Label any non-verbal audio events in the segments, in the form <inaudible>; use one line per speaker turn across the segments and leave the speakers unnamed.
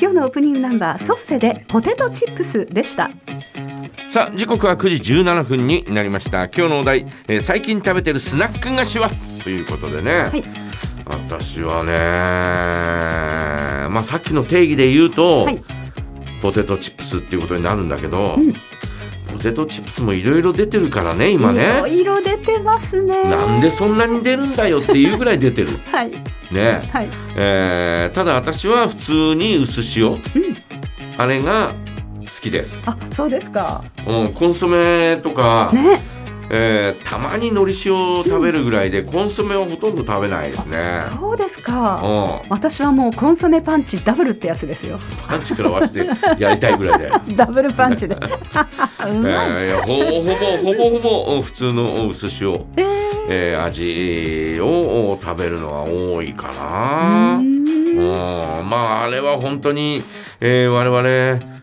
今日のオープニングナンバーソッフェでポテトチップスでした
さあ時刻は9時17分になりました今日のお題、えー最近食べてるスナック菓子はということでね、
はい
私はねまあさっきの定義で言うと、
はい
ポテトチップスっていうことになるんだけど、ポテトチップスもいろいろ出てるからね今
いろ
ね
いろ出てますね
なんでそんなに出るんだよっていうぐらい出てる
はい
ね
はい
えーただ私は普通に薄塩、あれが好きです、
あそうですか
うん、コンソメとか、
ね
えーたまにのり塩を食べるぐらいで、コンソメはほとんど食べないですね
そうです
う
か
ん
私はもうコンソメパンチダブルってやつですよ
パンチ食らわせてやりたいぐらいで、
<laughs> ダブルパンチで <laughs> う
え
まい
ーいやほぼほぼほぼほぼうん普通のうん薄塩、
え
えー味を食べるのは多いか
ー
な
うーん
うんまああれは本当に、えー我々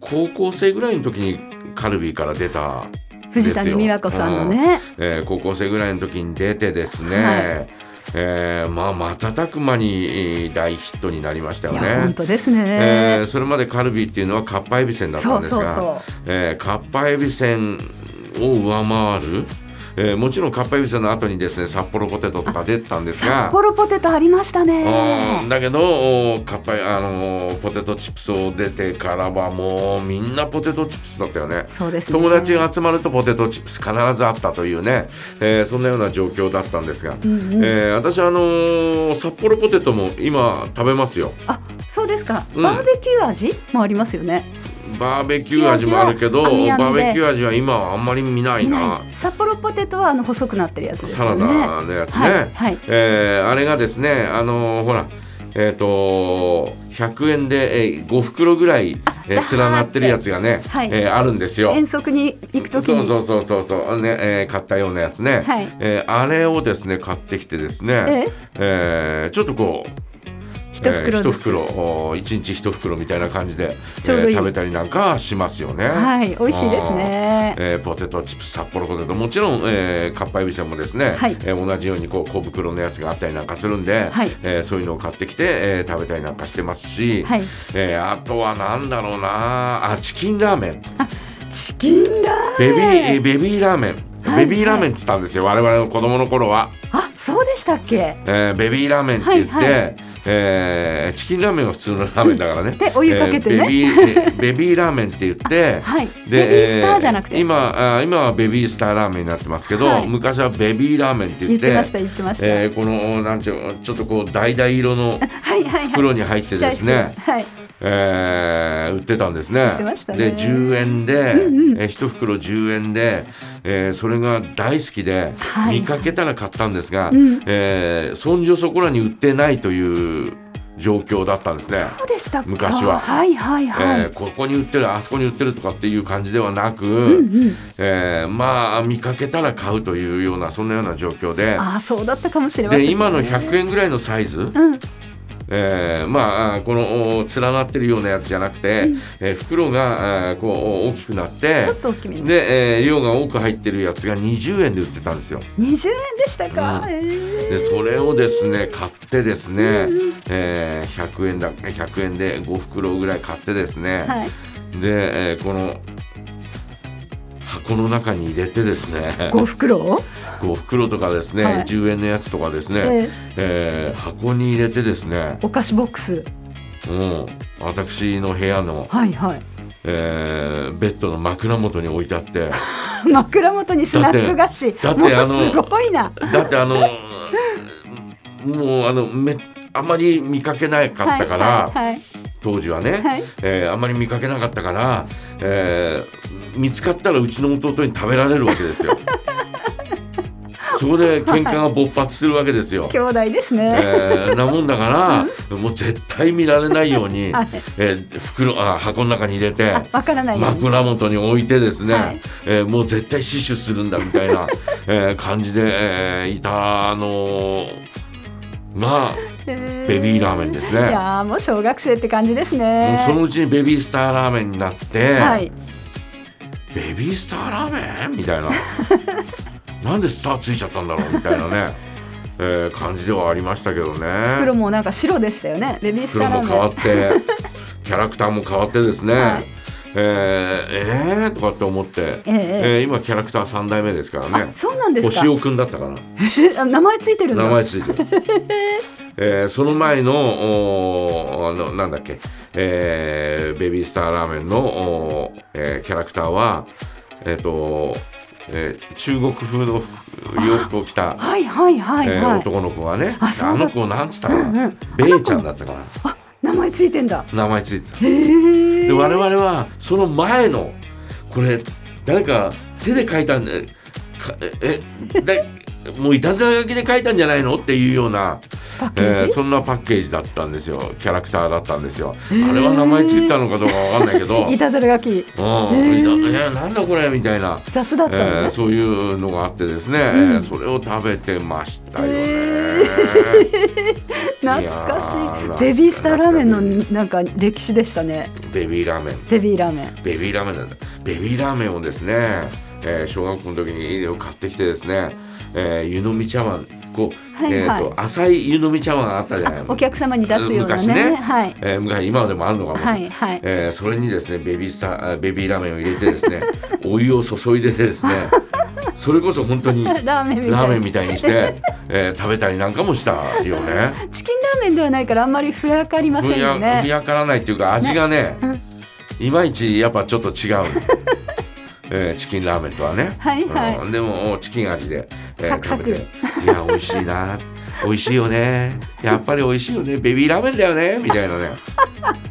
高校生ぐらいの時にカルビーから出た、
藤谷美和子さんのね
えー高校生ぐらいの時に出てですね、
はい
えーまあ瞬く間にえー大ヒットになりましたよ
いや本
ね。
当ですね、
えーそれまでカルビーっていうのはかっぱえびせんだった
そ
ん
う
です
そう
が
そ
えーかっぱえびせんを上回る、えーもちろんかっぱえびせんの後にですね札幌ポテトとか出てたんで
う
すが
札幌ポテトありました
うん
ね
だけどおかっぱいあのーポテトチップスを出てからはもうみんなポテトチップスだったよね
そうですね
友達が集まるとポテトチップス必ずあったというね、えーそんなような状況だったんですが、
んうん
えー私あのー札幌ポテトも今食べますよ
あそうですか、
うん
バーベキュー味もありますよね
バーベキュー味もあるけど
バーベキュー味は
バーベキュー味は今はあんまり見ないな
ない札幌ポテトはあの細くなってるやつです
サ
よ
ラ
ね
ダのやつね、
はいはい
えーあれがですねあのーほらえっ、と100円で、えー5袋ぐらい、えー
あ
連なってるやつがね、
はい
えーあるんですよ。
遠足に行くとき
そう
に
そうそうそうそうね、えー買ったようなやつね、
はい
えーあれをですね買ってきてですね、えーちょっとこう
一
えー
袋ず
一
つ、
袋お一日一袋みたいな感じで
ちょうどいい
えー食べたりなんかしますよね。
はい美味しいですね
えーポテトチップス札幌ポテトもちろん、えー、かっぱえびせんもですね、
はい
えー同じようにこう小袋のやつがあったりなんかするんで、
はい
えーそういうのを買ってきて、えー食べたりなんかしてますし、
はい
えーあとはなんだろうなあチキンラーメン
チキンだ
ベビーえーベビーラーメン、
はい
ベビーラーメンって言ったんですよ我々の子供の頃は、
あそうでしたっけ
えーベビーラーメンって言って、
はいはい
えーチキンラーメンは普通のラーメンだからね
でお湯かけてね
えーベビーえーベビーラーメンって言って、
はい
で
ベビースターじゃなくて
えー今あー今はベビースターラーメンになってますけど、
はい
昔はベビーラーメンって言
言
っ
っててました言ってました、
えーこのなんちゅうちょっとこう橙色
<laughs> はい
の
はいはい
袋に入ってですね
ちっちゃい袋はい
えー売ってたんですね。
ってましたね
で10円で、えー一袋10円で、えーそれが大好きで、
はい
見かけたら買ったんですが、
ん
えーそんじょそこらに売ってないという状況だったんですね。
そうでしたか
昔は
はいはいはい、
えーここに売ってるあそこに売ってるとかっていう感じではなく、えーまあ見かけたら買うというようなそんなような状況で
ああそうだったかもしれません、
で今の100円ぐらいのサイズ、
うん
えーまああこのお連なってるようなやつじゃなくて、えー袋があーこうお大きくなって
ちょっと大きめに
で、えー量が多く入ってるやつが20円で売ってたんですよ。
20円でしたか、
うん
えー
でそれをですね買ってですね、えー100円だ100円で5袋ぐらい買ってですね、
はい
で、えーこの箱の中に入れてですね
5袋
5袋とかですね、
はい
10円のやつとかですね、
ええ
えー箱に入れてですね、
お菓子ボックス
うん、私の部屋の、
はいはい <laughs>
えーベッドの枕元に置いてあって <laughs>
枕元にスナック菓子
だってあの
もうすごいな
だってあ
<laughs>
のもうあのめあまり見かけなかったから、
はいはい
当時はね、
はい
えーあんまり見かけなかったから、えー見つかったらうちの弟に食べられるわけで
<laughs>
すよ。そこで喧嘩が勃発するわけですよ。
兄弟ですね、
えーなもんだから、もう絶対見られないよう
<laughs>
に、
はい
えー袋あ箱の中に入れて
あわからないように
枕元に置いてですね、
はい
えーもう絶対死守するんだみた
<laughs>
いな、えー感じで、えーいたのが
えー
ベビーラーメンですね。
いやーもう小学生って感じです
もう
ね
そのうちにベビースターラーメンになって、
はい
ベビースターラーメンみたいな <laughs> なんでスターついちゃったんだろうみたいなね、えー感じではありましたけどね
袋もなんか白でしたよねベビースターラー
袋も
メン
変わって、キャラクターも変わってですね、
はい
えー、えー、とかって思って、
ええええ
えー今キャラクター3代目ですからね
そうなんですか
お塩くんだったかな
あ名前ついてるんだ
名前ついてる、
<laughs>
えーその前のおーあのなんだっけ、えーベビースターラーメンのおー、えーキャラクターはえっ、と、えー中国風の服洋服を着た、
はいはいはい
えー
はい、
男の子がね
あそうだ
の子なんつったかな、
うんうん
ベイちゃんだったかな
あ名前ついてんだ
名前ついてた
へえ
で我々はその前のこれ誰か手で書いたんでかええだもうい <laughs> たずら書きで書いたんじゃないのっていうような、
パッケ
え
ー
ー
ジ、
そんなパッケージだったんですよキャラクターだったんですよあれは名前ついたのかどうかわかんないけどうん
い
い
たずら書き
たえーなんだこれみたいな、
雑だったのね、
えーそういうのがあってですね、えーそれを食べてましたよね。
<laughs> 懐
いやー懐
か
か
し
し
い
い
ベビースターラーメンのなんか歴史でしたね
ベビーラーメン
ベビーラーメン
ベビーラーメンなんだベビーラーメンをですね、えー小学校の時に買ってきてですね、えー湯飲み茶碗こう、
はいはい
えーと浅い湯飲み茶碗があったじゃない
お客様に出すような
昔
ね
ね
はい
えー昔今でもあるのかもしれな、
はいいはい
えーそれにですねベビースターあベビーラーメンを入れてですね <laughs> お湯を注いでてです
<laughs>
ねそれこそ本当にラ
ラーメンみたいな
ーメンみたいにして、えー食べたりなんかもしたよね。
チキンラーメンではないからあんまりふやかりません
ふ
よ
やふ
ね
やからないっていうか味がね
うん
いまいちやっぱちょっと違う、 <laughs> えーチキンラーメンとはね、
はいはい
うんでもチキン味で、えー
サクサク
食べていや美味しいな美味しいよねやっぱり美味しいよねベビーラーメンだよねみたいなね、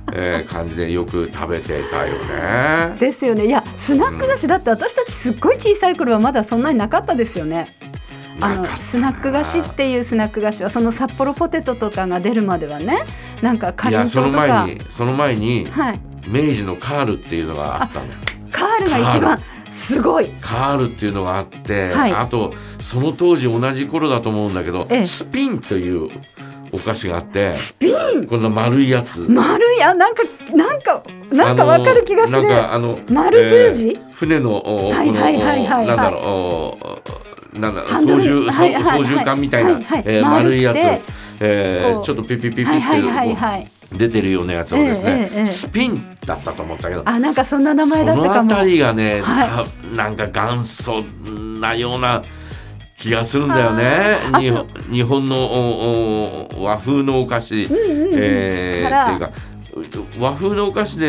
<laughs> えー感じでよく食べてたよね
ですよねいやスナック菓子だって私たちすっごい小さい頃はまだそんなになかったですよねあ
なかった
の
な
スナック菓子っていうスナック菓子はその札幌ポテトとかが出るまではねなんかか
い
りん
や
とう
その
とか
前にその前に
はい
明治のカールっていうのがあったのよ
カールが一番すごい
カールっていうのがあって、
はい
あとその当時同じ頃だと思うんだけど、
ええ
スピンというお菓子があって
スピン
こんな丸いやつ
丸いやなんかなんかなんか
あ
わ
の
かる気がす
なん
る
かあの
丸十字
えー船のお
はい
この
はいはいはいはい
おなんだろうおなんだ
ハンド
操
ル
縦
はいはいはい
操縦艦みたいな
はいはい
えー丸いやつ
丸くて
えー
こう
ちょっとピッピッピッピ
はいはい
ッっ
はい
てこ
はい。
う出てるようなやつをですね
ええええ
スピンだったと思ったけど
あ、なんかそんな名前だったか
そのあた
も。
りがね、
は
たなんか元祖なような気がするんだよね
あー
日
あ
本日本のおお和風のお菓子、
うんうんうん
えー
から
っていうか和風のお菓子で、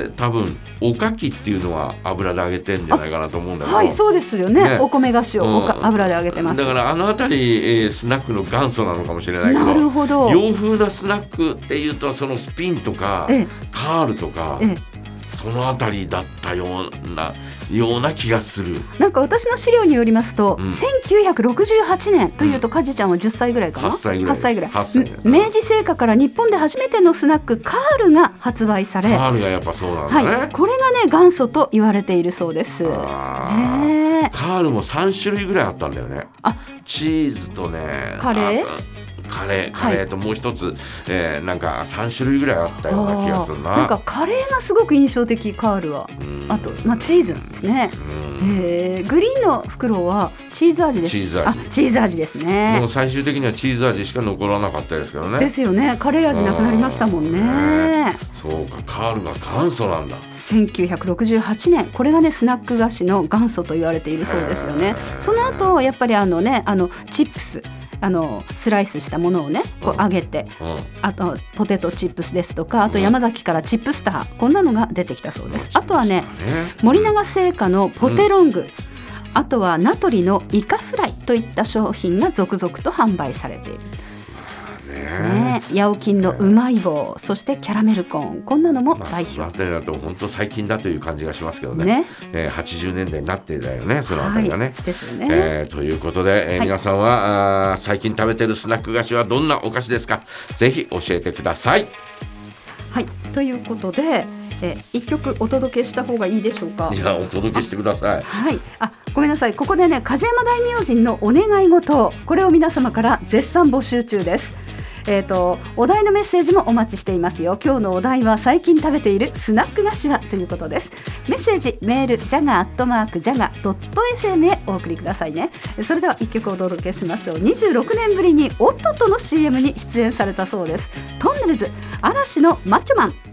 えー多分おかきっていうのは油で揚げてんじゃないかなと思うんだけど、
はい、そうですよね。
ね
お米菓子
うん
をおか油で揚げてます。
だからあの辺り、えースナックの元祖なのかもしれないけど
なるほど。
洋風なスナックっていうとそのスピンとか
ええ
カールとか。
え
そのあたりだったようなような気がする。
え、なんか私の資料によりますと、
うん
1968年というとカジちゃんは10歳ぐらいかな。
8歳ぐらいです
8歳ぐらい
8歳ぐらい
うん明治製菓から日本で初めてのスナックカールが発売され、
カールがやっぱそうなんだね。
はい、これがね元祖と言われているそうです。ね
あー
え、
カールも三種類ぐらいあったんだよね。
あ
チーズとね、
カレー
あとカレー、カレーともう一つ、えーなんか三種類ぐらいあったような気がするな。
なんかカレーがすごく印象的カールは。
うん
あと、まあ、チーズなんですね。
うん
えー、グリーンの袋はチーズ味です。
チーズ味
あ、チーズ味です
も
ね
う。最終的にはチーズ味しか残らなかったですけど
で
ね。
すよね。カレー味なくなりましたもんね。
そうか、カールが元祖なんだ。
1968年これがねスナック菓子の元祖と言われているそうですよね
へー
その後やっぱりあのねあのチップスあのスライスしたものをねこ
う
うん揚げて
うん。
あとポテトチップスですとかあと
うん
山崎からチップスターこんなのが出てきたそうですあとはね森
永
永製菓のポテロング、あとは名取のイカフライといった商品が続々と販売されている、ね
ね。
ヤオキンのうまい棒そしてキャラメルコーンこんなのも
まあ、
代
そのあ
表、
たりだと本当最近だという感じがしますけどね。
ね
えー、80年代になってだよね、そのあたりがね。
はい、ですよね、
えーということで、
は
えー
い
皆さんはあー最近食べてるスナック菓子はどんなお菓子ですかぜひ教えてください
はいということで、えー、一曲お届けした方がいいでしょうか
いやお届けしてください
はい、あ、ごめんなさい。ここでね、梶山大明神のお願い事、これを皆様から絶賛募集中です。えっ、と、お題のメッセージもお待ちしていますよ。今日のお題は最近食べているスナック菓子はということです。メッセージ、メール、ジャガアットマークジャガドット FM へお送りくださいね。それでは一曲お届けしましょう。26年ぶりにオットットの CM に出演されたそうです。トンネルズ、嵐のマッチョマン。